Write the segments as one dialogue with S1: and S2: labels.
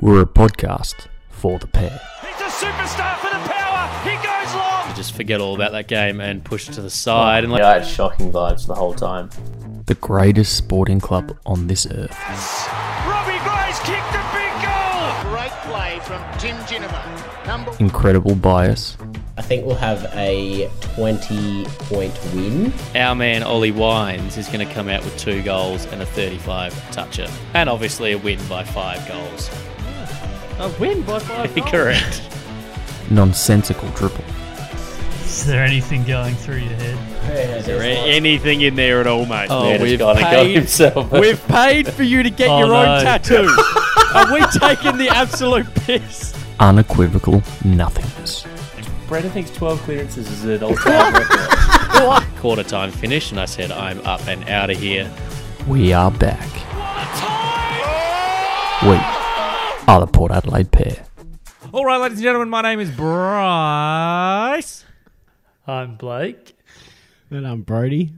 S1: We're a podcast for the pair.
S2: He's a superstar for the power. He goes long.
S3: just forget all about that game and push it to the side and like
S4: Yeah, I had shocking vibes the whole time.
S1: The greatest sporting club on this earth.
S2: Robbie Gray's kicked a big goal.
S5: Great play from Tim Ginnivan. Number
S1: Incredible bias.
S6: I think we'll have a 20 point win.
S3: our man Ollie Wines is going to come out with two goals and a 35 toucher and obviously a win by five goals.
S7: A win by five goals.
S3: Correct.
S1: Nonsensical triple.
S7: Is there anything going through your head?
S6: Is
S3: there
S6: any?
S8: anything in there at all, mate.
S3: Oh,
S4: Ned has
S3: we've
S4: gone and got
S3: paid-
S4: himself. a-
S8: We've paid for you to get
S7: Oh,
S8: your
S7: no.
S8: own tattoo. Are we taking the absolute piss?
S1: Unequivocal nothingness.
S4: Brendan thinks 12 clearances is an all-time record.
S3: Quarter time finish and I said I'm up and out of here.
S1: We are back.
S2: What a time!
S1: We are the Port Adelaide pair.
S8: All right, ladies and gentlemen, my name is Bryce,
S7: I'm Blake.
S9: And I'm Brody.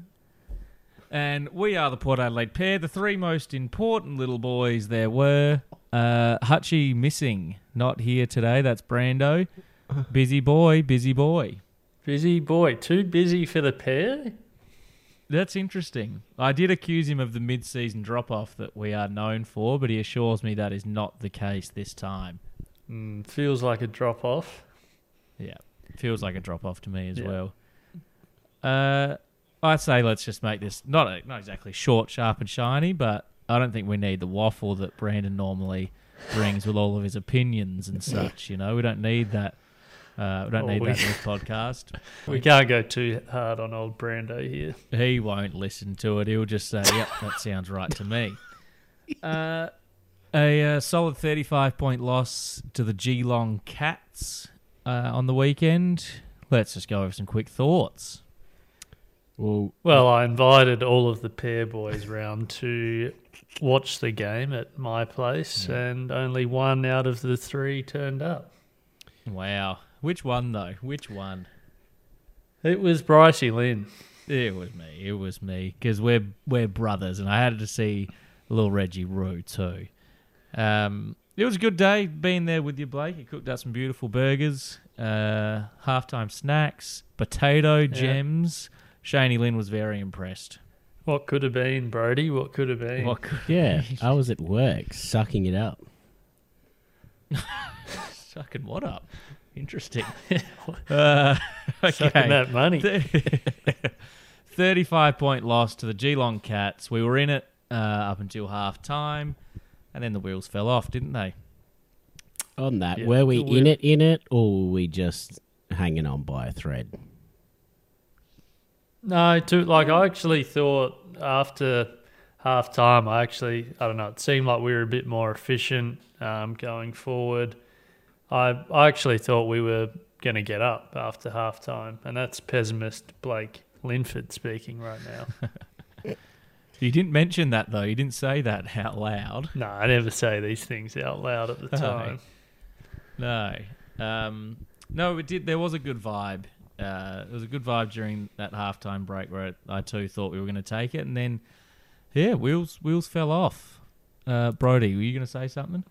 S8: and we are the Port Adelaide pair, the three most important little boys there were. Uh, Hutchie missing, not here today. That's Brando. Busy boy, busy boy.
S7: Busy boy. Too busy for the pair?
S8: That's interesting. I did accuse him of the mid-season drop-off that we are known for, but he assures me that is not the case this time.
S7: Mm, feels like a drop off.
S8: Yeah, feels like a drop-off to me as
S7: Yeah.
S8: well. Uh, I'd say let's just make this not a, not exactly short, sharp, and shiny, but I don't think we need the waffle that Brandon normally brings with all of his opinions and such. You know, we don't need that. Uh, we don't
S7: Oh,
S8: need
S7: we-
S8: that in this podcast.
S7: We can't go too hard on old Brando here.
S8: He won't listen to it. He'll just say, "Yep, that sounds right to me." Uh, a uh, solid thirty-five point loss to the Geelong Cats uh, on the weekend. Let's just go over some quick thoughts.
S9: Well,
S7: Well, I invited all of the pair boys round to watch the game at my place, and only one out of the three turned up.
S8: Wow, which one though? Which one?
S7: It was Brycey Lynn.
S8: It was me. It was me because we're we're brothers, and I had to see little Reggie Roo too. Um, it was a good day being there with you, Blake. You cooked up some beautiful burgers, uh, halftime snacks, potato gems. Shaney Lynn was very impressed.
S7: What could have been, Brody? What could have been?
S8: What could
S9: yeah, I was at work sucking it up.
S8: sucking what up? Interesting. uh, okay.
S7: Sucking that money.
S8: Thir- 35 point loss to the Geelong Cats. We were in it uh, up until half time, and then the wheels fell off, didn't they?
S9: On that,
S7: Yeah.
S9: were we
S7: We-
S9: in it, in it, or were we just hanging on by a thread?
S7: No, to like I actually thought after half time, I actually I don't know. It seemed like we were a bit more efficient um, going forward. I I actually thought we were going to get up after half time, and that's pessimist Blake Linford speaking right now.
S8: You didn't mention that, though. You didn't say that out loud.
S7: no, I never say these things out loud at the
S9: Oh,
S8: No.
S7: time.
S8: No. Um, no, it did. There was a good vibe. Uh, there was a good vibe during that halftime break where I too thought we were going to take it, and then, yeah, wheels wheels fell off. Uh, Brody, were you going to say something?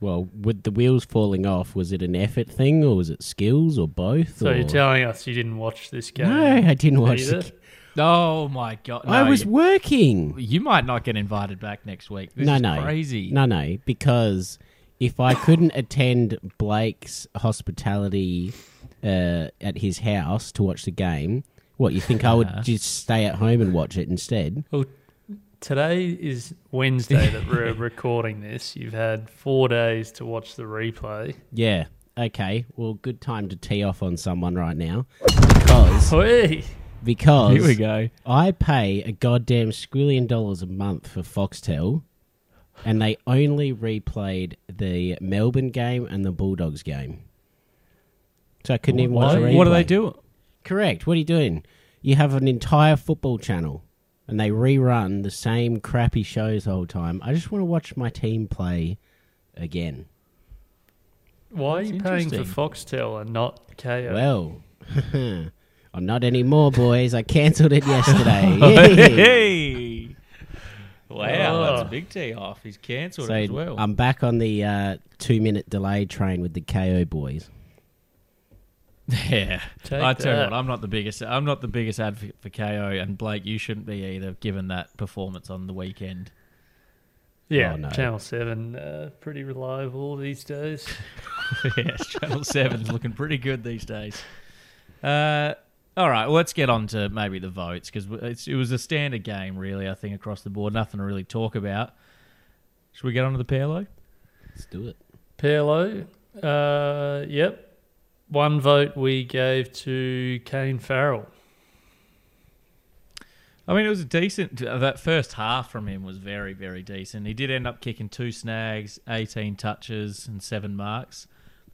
S9: Well, with the wheels falling off, was it an effort thing, or was it skills, or both?
S7: So
S9: or...
S7: you're telling us you didn't watch this game?
S9: No, I didn't watch the
S7: either?
S9: g-
S8: Oh my god!
S9: I
S8: No,
S9: was
S8: You,
S9: working.
S8: you might not get invited back next week. This
S9: no,
S8: is
S9: no,
S8: crazy.
S9: No, no, because if I couldn't attend Blake's hospitality uh, at his house to watch the game, what you think I
S8: Uh-huh.
S9: would just stay at home and watch it instead?
S7: Well, today is Wednesday that we're recording this. You've had four days to watch the replay.
S9: Yeah. Okay. Well, good time to tee off on someone right now because
S7: Hey,
S9: because
S8: Here we go.
S9: I pay a goddamn squillion dollars a month for Foxtel, and they only replayed the Melbourne game and the Bulldogs game. So I couldn't even watch.
S8: What,
S9: the
S8: what do they
S9: replay.
S8: do?
S9: Correct. What are you doing? You have an entire football channel and they rerun the same crappy shows the whole time. I just want to watch my team play again.
S7: why are you paying for
S8: interesting.
S7: Foxtel and not KO?
S9: Well,
S8: Oh,
S9: I'm not anymore, boys. I cancelled it yesterday.
S8: Hey. Wow,
S7: Oh.
S8: that's big tee off. He's cancelled
S9: So
S8: it as well.
S9: I'm back on the uh, two minute delay train with the KO boys.
S8: yeah,
S7: Take
S8: I tell you
S7: that.
S8: what, I'm not the biggest. I'm not the biggest advocate for KO, and Blake, you shouldn't be either, given that performance on the weekend.
S7: Yeah,
S9: Oh, no.
S7: Channel 7, uh, pretty reliable these days.
S8: yes, Channel Seven's looking pretty good these days. Uh, all right, well, let's get on to maybe the votes because it was a standard game, really. I think across the board, nothing to really talk about. Should we get on to the PLO?
S9: Let's do it.
S7: PLO, uh, yep. One vote we gave to Kane Farrell.
S8: I mean, it was a decent. uh, That first half from him was very, very decent. He did end up kicking two snags, 18 touches, and seven marks.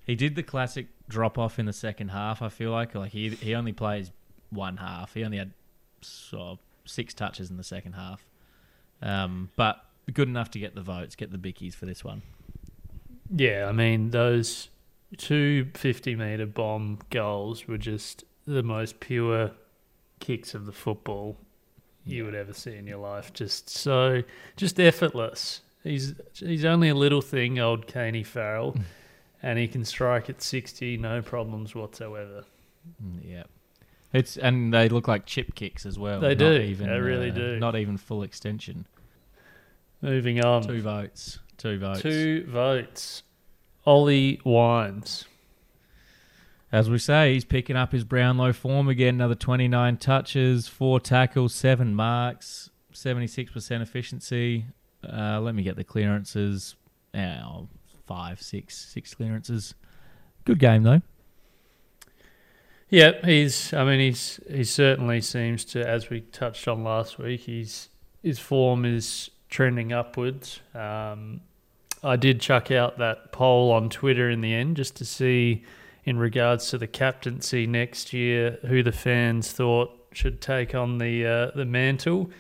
S8: He did the classic drop off in the second half. I feel like like he he only plays one half. He only had so, six touches in the second half, um, but good enough to get the votes, get the bickies for this one.
S7: Yeah, I mean, those two 50 metre bomb goals were just the most pure kicks of the football you would ever see in your life. Just so, just effortless. He's he's only a little thing, old Caney Farrell,
S8: Hmm.
S7: and he can strike at 60, no problems whatsoever.
S8: Mm, Yeah. It's and they look like chip kicks as well.
S7: They
S8: not
S7: do. They really
S8: uh,
S7: do.
S8: Not even full extension.
S7: Moving on.
S8: Two votes. Two votes.
S7: Two votes. Ollie Wines.
S8: As we say, he's picking up his Brownlow form again. Another 29 touches, four tackles, seven marks, 76% efficiency. Uh, let me get the clearances. Oh, five, six, six clearances. Good game, though.
S7: Yep, he's. I mean, he's. He certainly seems to, as we touched on last week, he's his form is trending upwards. Um, I did chuck out that poll on Twitter in the end just to see, in regards to the captaincy next year, who the fans thought should take on the uh, the mantle.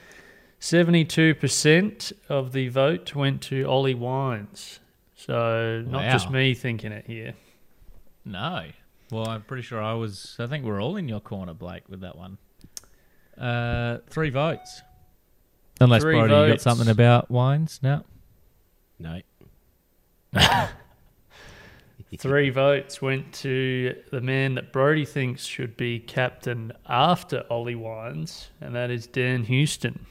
S7: Seventy-two percent of the vote went to Ollie Wines, so not just
S8: Wow.
S7: me thinking it here.
S8: No. Well, I'm pretty sure I was. I think we're all in your corner, Blake, with that one. Uh, three votes. Unless,
S7: Three
S8: Brody, you got
S7: votes.
S8: something about wines? No.
S9: No.
S7: Three votes went to the man that Brody thinks should be captain after Ollie Wines, and that is Dan Houston.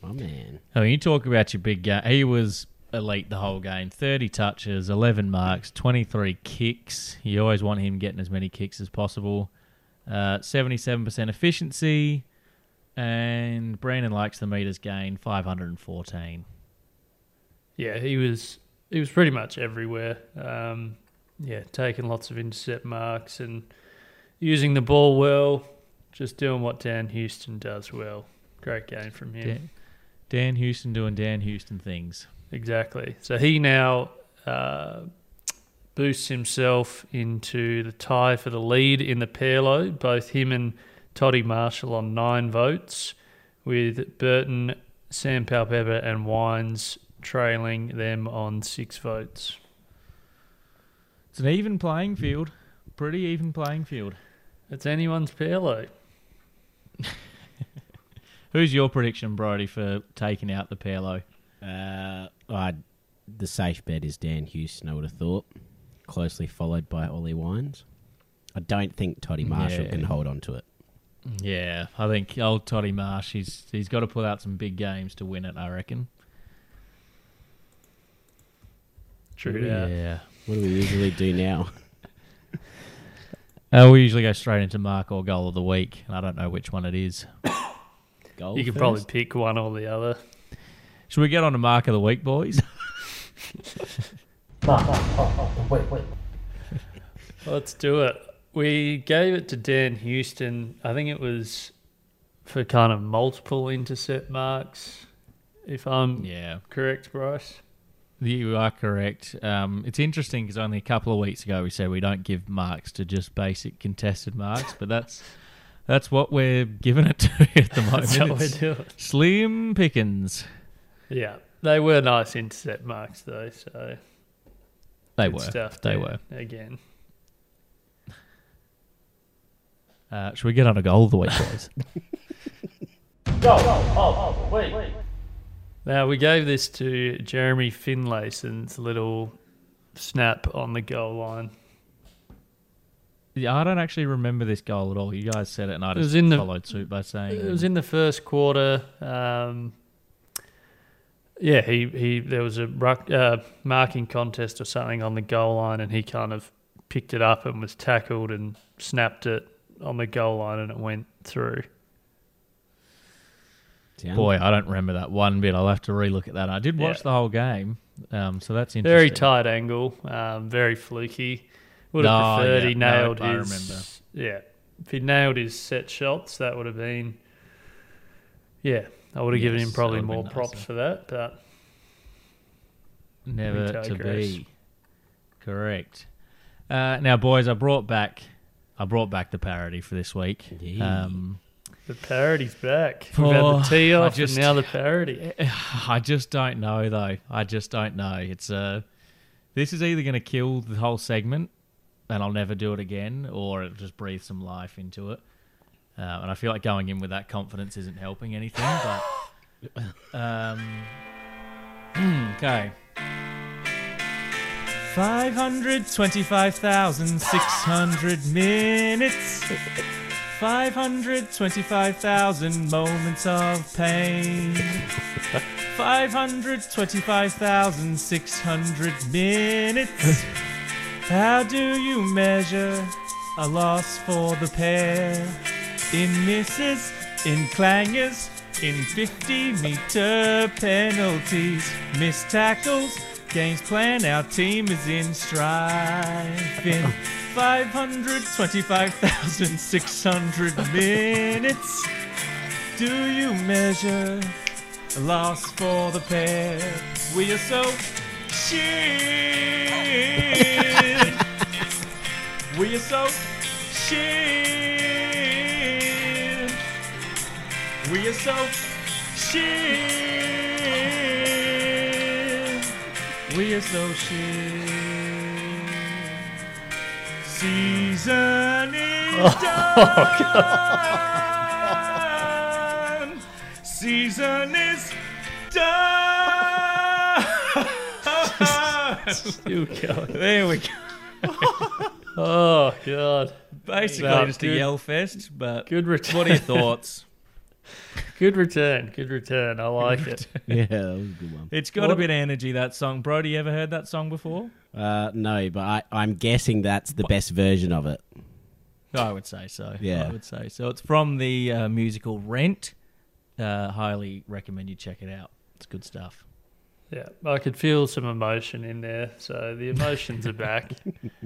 S9: My man.
S8: I mean, you talk about your big game. He was elite the whole game. 30 touches, 11 marks, 23 kicks. You always want him getting as many kicks as possible. Uh, 77% efficiency. And Brandon likes the meters gained, 514.
S7: Yeah, he was he was pretty much everywhere. Um, yeah, taking lots of intercept marks and using the ball well, just doing what Dan Houston does well. Great game from him.
S8: Dan, Dan Houston doing Dan Houston things.
S7: Exactly. So he now uh, boosts himself into the tie for the lead in the PLO. Both him and Toddy Marshall on nine votes, with Burton, Sam Palpepper, and Wines trailing them on six votes.
S8: It's an even playing field. Pretty even playing field.
S7: It's anyone's PLO.
S8: Who's your prediction, Brody, for taking out the PLO?
S9: Uh, I the safe bet is Dan Houston. I would have thought, closely followed by Ollie Wines. I don't think Toddy Marshall
S8: Yeah.
S9: can hold on to it.
S8: Yeah, I think old Toddy Marsh, he's he's got to pull out some big games to win it. I reckon.
S7: True yeah.
S8: Yeah.
S9: What do we usually do now?
S8: Uh, we usually go straight into mark or goal of the week, and I don't know which one it is.
S9: Goal
S7: You could
S9: first?
S7: probably pick one or the other.
S8: Should we get on to mark of the week, boys?
S7: Let's do it. We gave it to Dan Houston. I think it was for kind of multiple intercept marks, if I'm
S8: yeah,
S7: correct, Bryce.
S8: you are correct. Um, it's interesting because only a couple of weeks ago we said we don't give marks to just basic contested marks, but that's that's what we're giving it to at the moment.
S7: That's how we
S8: It's
S7: do it.
S8: Slim Pickens.
S7: Yeah, they were nice intercept marks though. So
S8: They
S7: good
S8: were.
S7: stuff.
S8: they
S7: there.
S8: were.
S7: again.
S8: Uh, should we get on a goal of the week, boys?
S7: Now, we gave this to Jeremy Finlayson's little snap on the goal line.
S8: Yeah, I don't actually remember this goal at all. You guys said it, and I
S7: was
S8: just
S7: in the-
S8: followed suit by saying
S7: It was in the first quarter. Um, yeah, he, he there was a ruck, uh, marking contest or something on the goal line, and he kind of picked it up and was tackled and snapped it on the goal line, and it went through.
S9: Damn.
S8: Boy, I don't remember that one bit. I'll have to relook at that. I did watch
S7: Yeah.
S8: the whole game, um, so that's interesting.
S7: Very tight angle, um, very fluky. Would
S8: No,
S7: have preferred
S8: yeah,
S7: he
S8: no,
S7: nailed
S8: I
S7: his. Yeah, if he nailed his set shots, that would have been. Yeah, I would have given
S8: Yes,
S7: him
S8: that
S7: probably
S8: would have
S7: more
S8: been
S7: props
S8: nicer.
S7: for that, but.
S8: Never to
S7: digress.
S8: be. Correct. Uh, now, boys, I brought back, I brought back the parody for this week.
S9: Yeah.
S8: Um,
S7: The parody's back. We've had
S8: Oh,
S7: the tee
S8: I
S7: off
S8: just-
S7: and now the parody.
S8: I just don't know though. I just don't know. It's uh, this is either going to kill the whole segment, and I'll never do it again, or it'll just breathe some life into it. Uh, and I feel like going in with that confidence isn't helping anything. But um, okay. Five hundred twenty-five thousand six hundred minutes. Five hundred twenty-five thousand moments of pain. 525,600 minutes. How do you measure a loss for the pair? In misses, in clangers, in 50 meter penalties, missed tackles, games plan, our team is in strife. In 525,600 minutes, do you measure? A loss for the pair. We are so shit. we are so shit. We are so shit. We are so shit. Season is done. Season is done.
S7: Still going.
S8: there we go.
S7: Oh, God.
S8: Basically,
S7: Well,
S8: just
S7: good-
S8: a yell fest. But
S7: Good return.
S8: what are your thoughts?
S7: Good return. Good return. I like it.
S9: Yeah, that was a good one.
S8: It's got a
S7: What-
S8: bit of energy that song, bro. Do you ever heard that song before?
S9: Uh, no, but I, I'm guessing that's the best version of it.
S8: I would say so.
S9: Yeah.
S8: I would say so. It's from the uh, musical Rent. Uh, highly recommend you check it out. It's good stuff.
S7: Yeah, I could feel some emotion in there. So the emotions are back.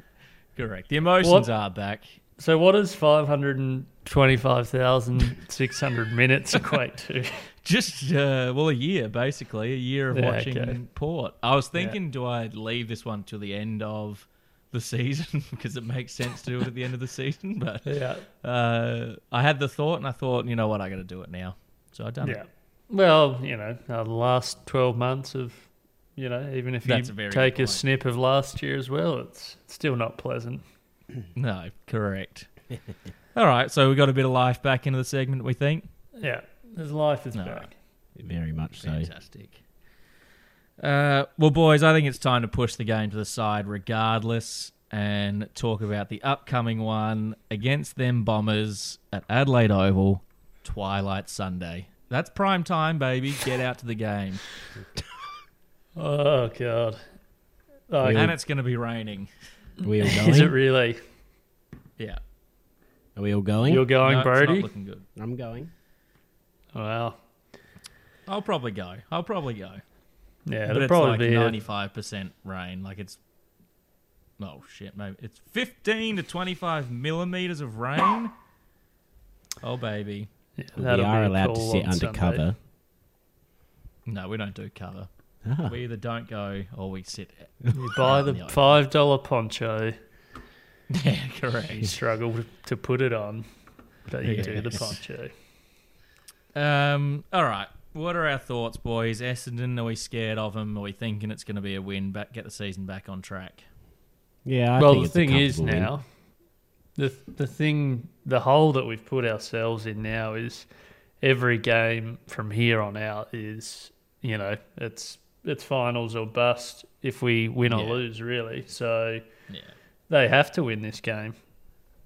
S8: Correct. The emotions
S7: What-
S8: are back.
S7: So what does 525,600 minutes equate to?
S8: Just uh, well, a year basically, a year of
S7: Yeah,
S8: watching
S7: okay.
S8: Port. I was thinking, do I leave this one till the end of the season because it makes sense to do it at the end of the season? But
S7: Yeah.
S8: uh, I had the thought, and I thought, you know what, I got to do it now. So I done
S7: Yeah.
S8: it.
S7: Well, you know, uh, the last 12 months of, you know, even if
S8: That's a
S7: you
S8: very
S7: take a
S8: good point.
S7: snip of last year as well, it's still not pleasant.
S8: No, correct. All right, so we got a bit of life back into the segment. We think
S7: Yeah. His life is
S8: No.
S7: back.
S9: Very much so.
S8: fantastic. Uh, well, boys, I think it's time to push the game to the side, regardless, and talk about the upcoming one against them bombers at Adelaide Oval, Twilight Sunday. That's prime time, baby. Get out to the game,
S7: Oh, God. Oh,
S8: and it's going to be raining.
S9: Are we all
S7: Is it
S9: going?
S7: really?
S8: Yeah,
S9: Are we all going?
S7: You're going,
S8: No, it's not
S7: Brody?
S8: looking good.
S9: I'm going.
S7: Wow.
S8: I'll probably go. I'll probably go.
S7: Yeah,
S8: but
S7: it'll
S8: it's
S7: probably
S8: like
S7: be. a-
S8: ninety-five percent rain. Like it's oh shit, maybe it's fifteen to twenty-five millimeters of rain. Oh baby,
S7: yeah,
S9: we
S7: that'll
S9: are
S7: be a
S9: allowed to
S7: call
S9: sit
S7: on Sunday.
S9: undercover.
S8: no, we don't do cover.
S9: Ah,
S8: We either don't go or we sit.
S7: You buy the
S8: Yeah.
S7: $5 poncho,
S8: Yeah,
S7: you
S8: correct.
S7: struggle to put it on, but you do the
S8: Yes.
S7: poncho.
S8: Um, all right. What are our thoughts, boys? Essendon, are we scared of them? Are we thinking it's going to be a win? Back, get the season back on track.
S9: yeah, I think
S7: well, the
S9: it's a
S7: thing is
S9: comfortable win.
S7: now, the the thing, the hole that we've put ourselves in now is every game from here on out is you know, it's it's finals or bust if we win or
S8: Yeah.
S7: lose, really. So
S8: Yeah.
S7: they have to win this game.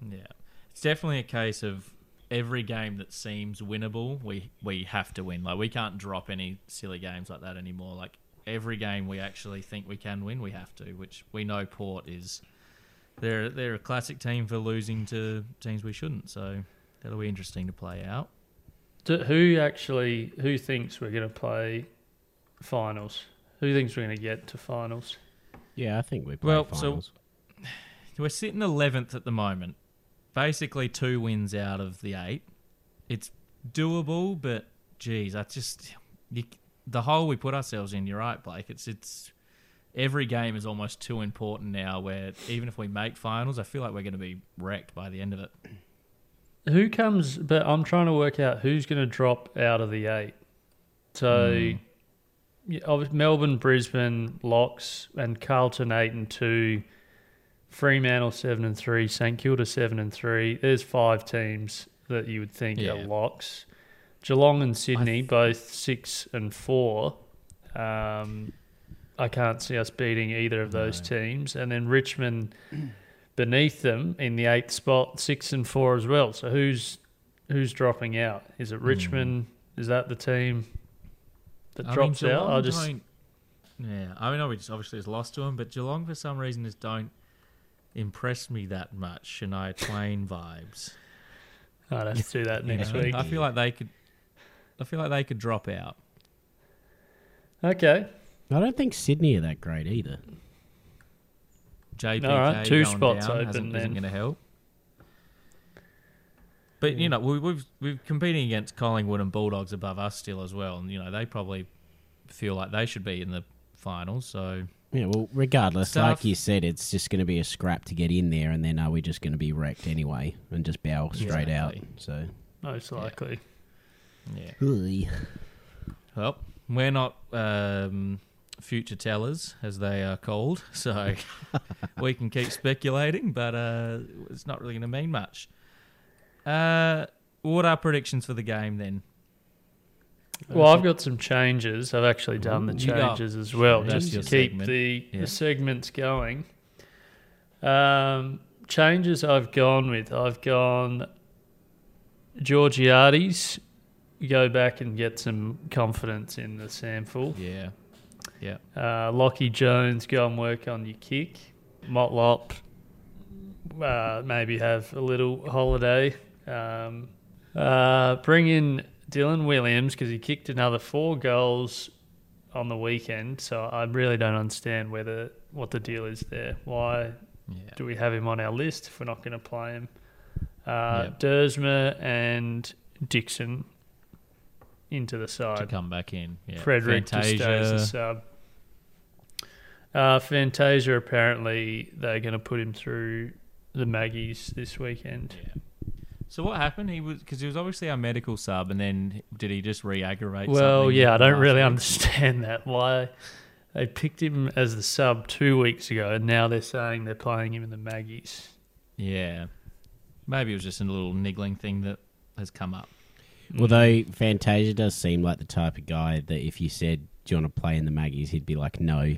S8: Yeah, it's definitely a case of every game that seems winnable, we we have to win. Like we can't drop any silly games like that anymore. Like every game we actually think we can win, we have to. Which we know Port is. They're they're a classic team for losing to teams we shouldn't. So that'll be interesting to play out.
S7: Do, who actually who thinks we're going to play finals? Who thinks we're going to get to finals?
S9: Yeah, I think we play
S8: Well, so-
S9: finals.
S8: We're sitting eleventh at the moment, basically two wins out of the eight. It's doable, but geez, I just you, the hole we put ourselves in. You're right, Blake. It's it's every game is almost too important now. Where even if we make finals, I feel like we're going to be wrecked by the end of it.
S7: Who comes? But I'm trying to work out who's going to drop out of the eight. So, yeah, obvi- Melbourne, Brisbane, Locks, and Carlton eight and two, Fremantle seven and three, St Kilda seven and three. There's five teams that you would think are
S8: Yeah.
S7: locks. Geelong and Sydney both six and four. Um, I can't see us beating either of those teams, and then Richmond beneath them in the eighth spot, six and four as well. So who's who's dropping out? Is
S8: Hmm.
S7: it Richmond? Is that the team that
S8: I mean,
S7: drops out? I
S8: Geelong
S7: just
S8: don't- yeah. I mean, obviously, obviously it's lost to them, but Geelong for some reason just don't impress me that much. Shania Twain vibes.
S7: I'd have to do that next
S8: Yeah.
S7: week.
S8: I feel like they could. I feel like they could drop out.
S7: Okay,
S9: I don't think Sydney are that great either.
S8: JPK
S7: All right, two
S8: going
S7: spots
S8: down
S7: open
S8: hasn't,
S7: then.
S8: isn't going to help. But
S7: Hmm.
S8: you know we, we've we're competing against Collingwood and Bulldogs above us still as well, and you know they probably feel like they should be in the finals. So
S9: Yeah, well, regardless,
S8: Stuff.
S9: like you said, it's just going to be a scrap to get in there, and then are we just going to be wrecked anyway and just bow straight out?
S8: Exactly.
S9: So,
S7: most likely.
S8: yeah,
S9: Ugh.
S8: well we're not um, future tellers as they are called, so we can keep speculating, but uh, it's not really going to mean much. Uh, what are predictions for the game then?
S7: Well, I've got some changes. I've actually done the
S8: you got
S7: changes as well,
S8: changes.
S7: just to
S8: That's your
S7: keep
S8: segment.
S7: the,
S8: Yeah.
S7: the segments going. Um, changes I've gone with. I've gone Georgiades. Go back and get some confidence in the sample.
S8: Yeah, yeah.
S7: Uh, Lockie Jones, go and work on your kick. Motlop, uh, maybe have a little holiday. Um, uh, bring in Dylan Williams because he kicked another four goals on the weekend. So I really don't understand whether what the deal is there. Why
S8: Yeah.
S7: do we have him on our list if we're not going to play him? Uh,
S8: Yep.
S7: Dersma and Dixon into the side.
S8: to come back in. Yeah.
S7: Frederick just stays a
S8: Fantasia.
S7: sub. Uh, Fantasia, apparently, they're going to put him through the Maggies this weekend.
S8: So what happened? He was because he was obviously our medical sub, and then did he just re-aggravate?
S7: well,
S8: something
S7: yeah, I don't
S8: last
S7: really
S8: week?
S7: understand that. Why they picked him as the sub two weeks ago, and now they're saying they're playing him in the Maggies.
S8: Yeah, maybe it was just a little niggling thing that has come up.
S9: although Fantasia does seem like the type of guy that if you said, "Do you want to play in the Maggies?" he'd be like, "No,"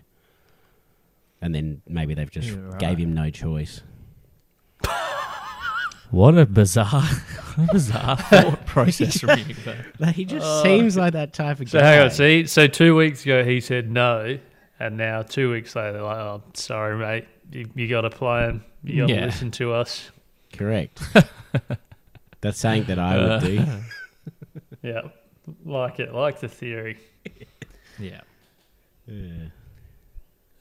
S9: and then maybe they've just
S8: Yeah, right.
S9: gave him no choice.
S8: What a bizarre, bizarre thought process from you. But
S9: Like, he just
S8: Oh.
S9: seems like that type of
S7: So,
S9: guy.
S7: hang on, see? So, two weeks ago, he said no, and now two weeks later, they're like, oh, sorry, mate, you, you got to play him, you got to
S8: Yeah.
S7: listen to us.
S9: Correct. That's something that I would do.
S7: Yeah, like it, like the theory.
S8: yeah,
S7: Um,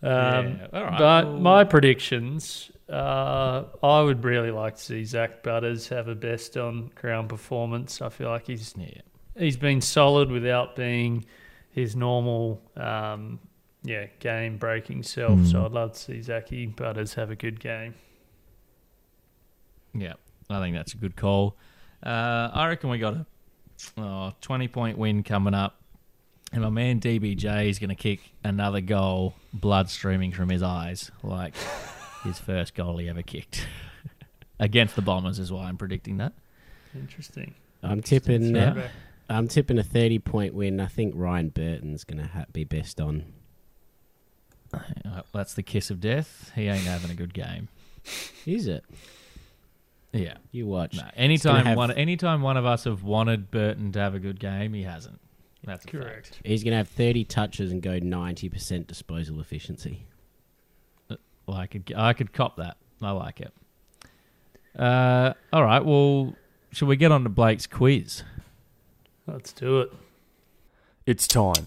S8: Yeah, all right.
S7: But
S8: Well-
S7: my predictions, uh, I would really like to see Zach Butters have a best on ground performance. I feel like he's
S8: yeah,
S7: he's been solid without being his normal, um, yeah, game breaking self. So I'd love to see Zachy Butters have a good game.
S8: yeah. I think that's a good call. Uh, I reckon we got a oh, 20 point win coming up, and my man DBJ is going to kick another goal, blood streaming from his eyes, like his first goal he ever kicked against the Bombers. Is why I'm predicting that.
S7: Interesting.
S9: I'm tipping.
S8: Yeah.
S9: uh,
S7: Throwback.
S9: I'm tipping a 30 point win. I think Ryan Burton's going to ha- be best on.
S8: Uh, That's the kiss of death. He ain't having a good game.
S9: Is it?
S8: Yeah.
S9: You watch.
S8: No.
S9: gonna
S8: Anytime
S9: have-
S8: one anytime one of us have wanted Burton to have a good game, he hasn't. That's a fact.
S7: Correct.
S9: He's going to have 30 touches and go 90% disposal efficiency.
S8: Well, I could I could cop that. I like it. Uh, all right. Well, should we get on to Blake's quiz?
S7: Let's do it.
S1: It's time.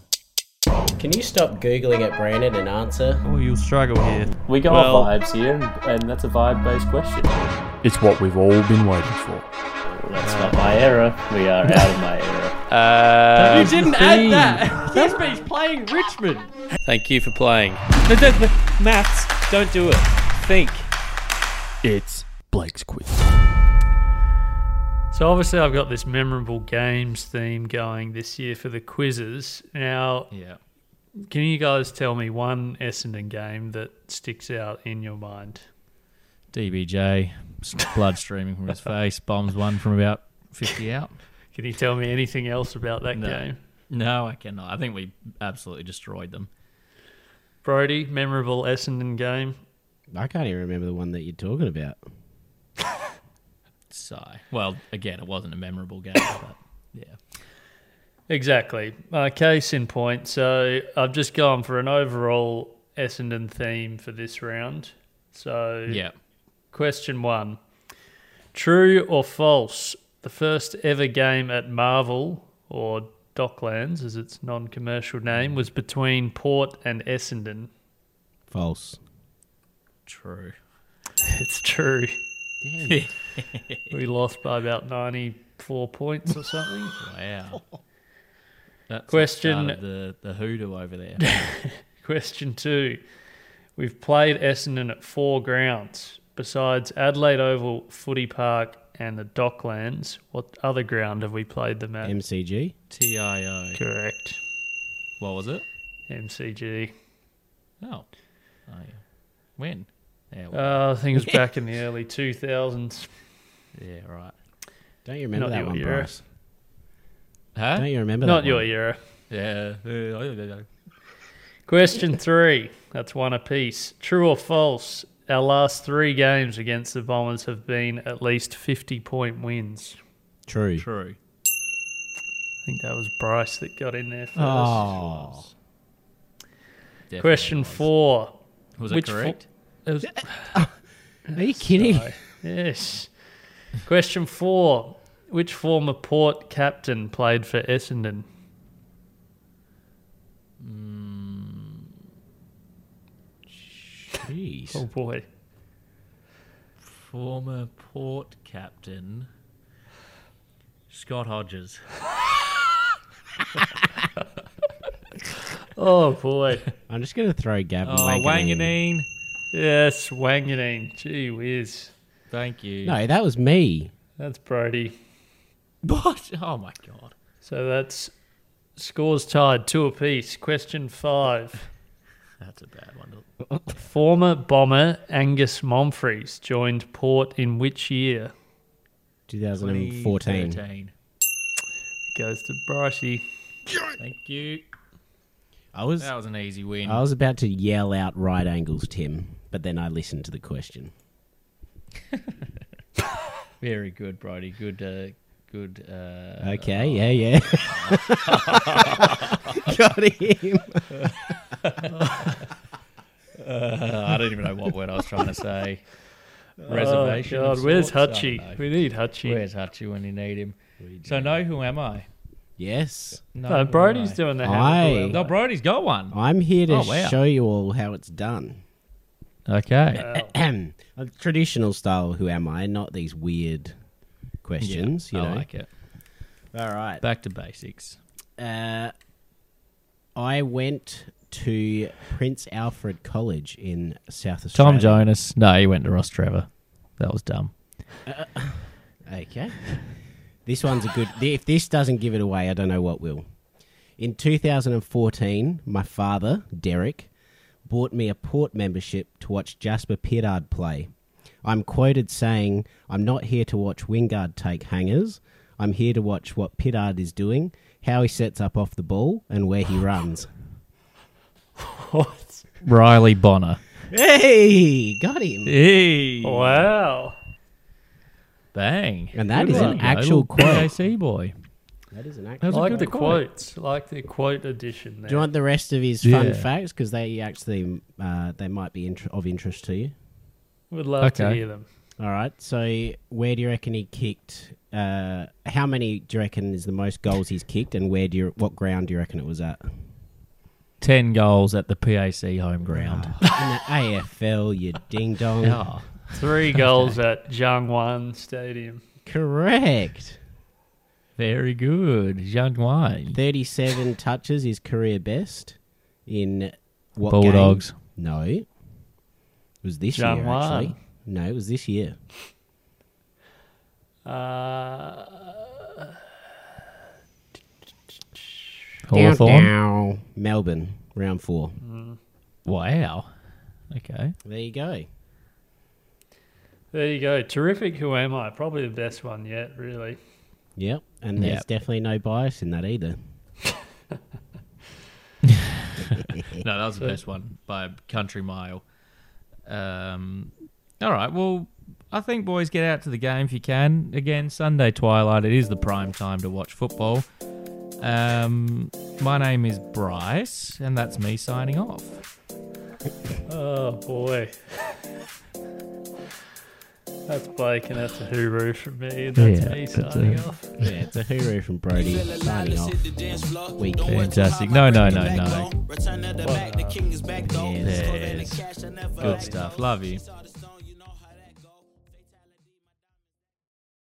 S6: Can you stop Googling it, Brandon, and answer?
S8: Oh, you'll struggle here.
S4: We go
S3: Well-
S4: off vibes here, and, and that's a vibe-based question.
S1: It's what we've all been waiting for.
S4: That's not my era. We are out of my era.
S3: Uh,
S8: didn't add that. That's me playing Richmond.
S3: thank you for playing. No, don't, no, maths, don't do it. Think.
S1: It's Blake's quiz.
S7: So obviously, I've got this memorable games theme going this year for the quizzes. Now,
S8: Yeah.
S7: can you guys tell me one Essendon game that sticks out in your mind?
S8: DBJ, s- blood streaming from his face. Bombs one from about fifty out.
S7: Can you tell me anything else about that
S8: No.
S7: game?
S8: No, I cannot. I think we absolutely destroyed them.
S7: Brody, memorable Essendon game.
S9: I can't even remember the one that you're talking about.
S8: Sigh. Well, again, it wasn't a memorable game, but yeah.
S7: Exactly. Uh, case in point. So I've just gone for an overall Essendon theme for this round. So
S8: Yeah.
S7: Question one True or false? The first ever game at Marvel, or Docklands as its non commercial name, was between Port and Essendon.
S9: False.
S8: True.
S7: It's true. we lost by about 94 points or something.
S8: Wow. That's the
S7: Question-
S8: start of the the hoodoo over there.
S7: Question two. We've played Essendon at four grounds. Besides Adelaide Oval, Footy Park, and the Docklands, what other ground have we played them at?
S9: MCG?
S8: TIO.
S7: Correct.
S8: What was it?
S7: MCG.
S8: Oh. oh yeah. When? Yeah,
S9: Oh.
S8: well,
S7: Uh, I think it was back in the early 2000s.
S8: yeah, right.
S9: Don't you remember
S7: Not
S9: that
S7: your
S9: one,
S7: era.
S9: Bryce?
S8: Huh?
S9: Don't you remember that
S7: Not
S9: one?
S7: your era.
S8: Yeah.
S7: Question three. That's one apiece. True or false? Our last three games against the Bombers have been at least 50 point wins.
S9: True.
S8: True.
S7: I think that was Bryce that got in there first.
S9: Oh.
S8: Definitely
S7: Question
S8: was.
S7: four.
S8: Was it
S7: which fo-
S8: correct?
S7: It was-
S9: Are you kidding?
S7: yes. Question four. Which former port captain played for Essendon?
S9: Jeez.
S7: Oh boy.
S8: Former port captain Scott Hodges.
S7: Oh boy.
S9: I'm just going to throw Gavin
S8: Oh,
S9: Wanganeen.
S8: Wanganeen.
S7: yes, Wanganeen. Gee whiz.
S8: Thank you.
S9: No, that was me.
S7: That's Brody.
S8: What? Oh my god.
S7: So that's scores tied, two apiece. Question five.
S8: That's a bad one. to-
S7: Former bomber Angus Momfries joined Port in which year?
S9: 2014.
S8: 2013.
S7: Goes to Bricey.
S8: Thank you.
S9: I was
S8: That was an easy win.
S7: Oh.
S9: I was about to yell out right angles, Tim, but then I listened to the question.
S8: Very good, Brody. Good, uh, good. Uh,
S9: Okay, yeah, yeah. Got him.
S8: Uh, I don't even know what word I was trying to say.
S7: Oh,
S8: Reservation. of
S7: God. Where's
S8: sorts? I don't
S7: Hutchie?
S8: know.
S7: We need Hutchie.
S8: Where's Hutchie when you need him? So no, who am I?
S9: Yes.
S8: No,
S7: No,
S8: who
S7: Brody's
S8: am I?
S7: doing the
S9: Aye.
S7: hand.
S8: No, Brody's got one.
S9: I'm here to
S8: Oh, wow.
S9: show you all how it's done.
S8: Okay.
S9: A Traditional style, who am I? Not these weird questions,
S8: I
S9: you know.
S8: like it.
S9: All right.
S8: Back to basics.
S9: Uh, I went to Prince Alfred College in South Australia.
S8: Tom Jonas. No, he went to Ross Trevor. That was dumb.
S9: Okay. This one's a good. If this doesn't give it away, I don't know what will. In 2014, my father, Derek, bought me a port membership to watch Jasper Pittard play. I'm quoted saying, I'm not here to watch Wingard take hangers. I'm here to watch what Pittard is doing, how he sets up off the ball, and where he runs.
S7: What?
S8: Riley Bonner. Oh.
S9: Hey, got him.
S8: Hey.
S7: Wow.
S8: Bang.
S9: And that
S8: Good
S9: is
S8: one,
S9: an
S8: Yodel.
S9: actual quote.
S8: KC boy.
S9: That is an
S8: That
S9: act.
S8: was a
S7: Like
S8: good
S7: the
S8: quote.
S7: quotes. Like the quote edition there.
S9: Do you want the rest of his
S8: Yeah.
S9: fun facts? Because they actually uh, they might be inter- of interest to you.
S7: Would love to
S8: Okay.
S7: hear them.
S9: All right. So where do you reckon he kicked? Uh, how many do you reckon is the most goals he's kicked, and where do you what ground do you reckon it was at?
S8: Ten goals at the PAC home ground.
S9: Ah, In the AFL, you ding dong.
S8: Yeah.
S7: Three goals at Jiangwan Stadium.
S9: Correct.
S8: Very good. Zhang Wine.
S9: 37 touches is career best in what game?
S8: Bulldogs.
S9: No. It was this
S7: John
S9: year,
S7: Wan.
S9: actually. No, it was this year.
S7: Uh,
S9: Down,
S8: Hawthorne.
S9: down. Melbourne, round four.
S8: Wow. Okay.
S9: There you go.
S7: there you go. Terrific. Who am I? Probably the best one yet, really.
S9: Yep. And there's
S8: Yep.
S9: definitely no bias in that either.
S8: No, that was the best one by a country mile. Um, all right. Well, I think boys get out to the game if you can. Again, Sunday twilight. It is the prime time to watch football. Um, my name is Bryce, and that's me signing off.
S7: Oh boy. That's Blake and that's a hooroo from me. and That's
S8: Yeah,
S7: me
S8: that's a-
S7: signing off.
S9: Yeah, it's a hooroo from Brody signing off. Week.
S8: Fantastic. No, no, no, no.
S10: Return of the Mac, the king is back though.
S9: Yeah.
S10: This Corvette and the
S8: Good
S10: cash I never
S8: Good
S10: lack,
S8: stuff.
S10: though.
S8: Love you.
S10: Saw the